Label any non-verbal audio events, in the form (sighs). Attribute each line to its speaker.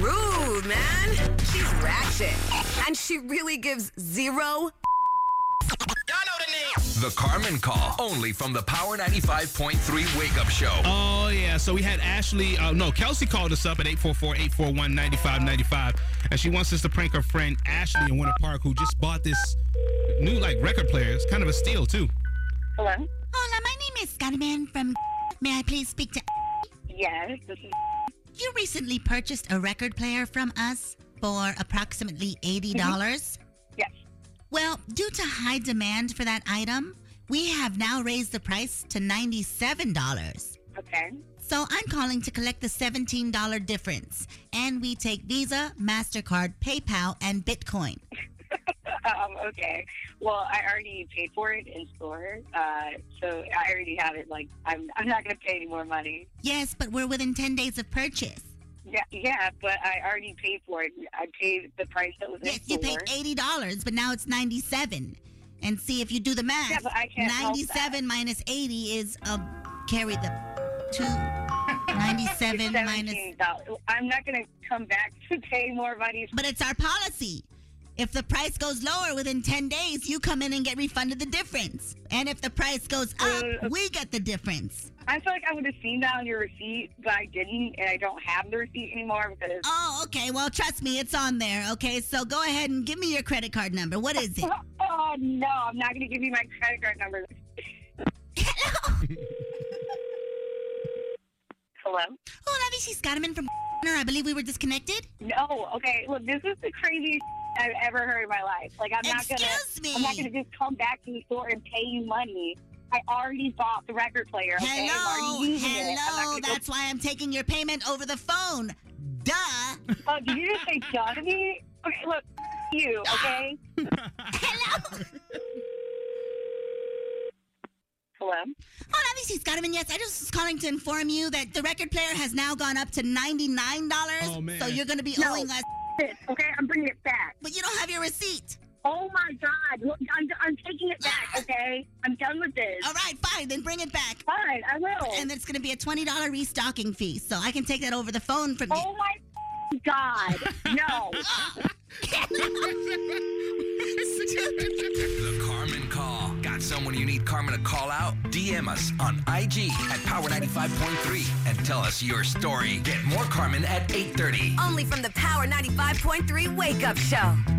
Speaker 1: rude, man. She's ratchet. And she really gives zero.
Speaker 2: The Carmen Call, only from the Power 95.3 Wake Up Show.
Speaker 3: Oh, yeah. So we had Ashley, uh, no, Kelsey called us up at 844-841-9595. And she wants us to prank her friend Ashley in Winter Park who just bought this new, like, record player. It's kind of a steal, too.
Speaker 4: Hello?
Speaker 5: Hola, my name is Carmen from. May I please speak to.
Speaker 4: Yes, this is.
Speaker 5: You recently purchased a record player from us for approximately $80. dollars
Speaker 4: Yes.
Speaker 5: Well, due to high demand for that item, we have now raised the price to $97.
Speaker 4: Okay.
Speaker 5: So I'm calling to collect the $17 difference. And we take Visa, MasterCard, PayPal, and Bitcoin.
Speaker 4: Um, okay. Well, I already paid for it in store, uh, so I already have it. Like, I'm, I'm not going to pay any more money.
Speaker 5: Yes, but we're within 10 days of purchase.
Speaker 4: Yeah, yeah, but I already paid for it. I paid the price that was
Speaker 5: Yes, you
Speaker 4: in
Speaker 5: paid
Speaker 4: store.
Speaker 5: $80, but now it's 97 And see if you do the math.
Speaker 4: Yeah, but I can't help
Speaker 5: 97 minus 80 is, uh, carry the two. 97
Speaker 4: It's
Speaker 5: minus
Speaker 4: $17. I'm not going to come back (laughs) to pay more money.
Speaker 5: But it's our policy. If the price goes lower within 10 days, you come in and get refunded the difference. And if the price goes up,
Speaker 4: Uh,
Speaker 5: we get the difference.
Speaker 4: I feel like I would have seen that on your receipt, but I didn't, and I don't have the receipt anymore because
Speaker 5: Oh, okay. Well, trust me, it's on there. Okay, so go ahead and give me your credit card number. What is
Speaker 4: (laughs)
Speaker 5: it? (laughs)
Speaker 4: Oh no, I'm not gonna give you my credit card number. Hello.
Speaker 5: Oh, Lavi, she's got him in from. (laughs) I believe we were disconnected.
Speaker 4: No. Okay. Look, this is the craziest I've ever heard in my life. Like, I'm not gonna.
Speaker 5: Excuse me.
Speaker 4: I'm not gonna just come back to the store and pay you money. I already bought the record player. Okay? I'm
Speaker 5: Hello,
Speaker 4: already using It. I'm
Speaker 5: hello.
Speaker 4: not gonna
Speaker 5: That's why I'm taking your payment over the phone.
Speaker 4: (laughs)
Speaker 5: Duh.
Speaker 4: go, oh, did you just say John to me? Okay. Look, you.
Speaker 5: (laughs)
Speaker 4: Okay.
Speaker 5: Hello.
Speaker 4: Hello.
Speaker 5: Oh, obviously, Scott, I mean, yes, I just was calling to inform you that the record player has now gone up to $99.
Speaker 3: Oh, man.
Speaker 5: So you're going to be
Speaker 4: No.
Speaker 5: owing us,
Speaker 4: Okay. I'm bringing it back.
Speaker 5: but you don't have your receipt.
Speaker 4: Oh my God! Look, I'm, I'm taking it
Speaker 5: (sighs)
Speaker 4: back. Okay. I'm done with this.
Speaker 5: All right, fine, then bring it back.
Speaker 4: Fine, I will.
Speaker 5: And it's going to be a $20 restocking fee. So I can take that over the phone from you.
Speaker 4: oh my god, no!
Speaker 2: The Carmen Call. Got someone you need Carmen to call out? DM us on IG at Power 95.3 and tell us your story. Get more Carmen at 830.
Speaker 1: Only from the Power 95.3 Wake Up Show.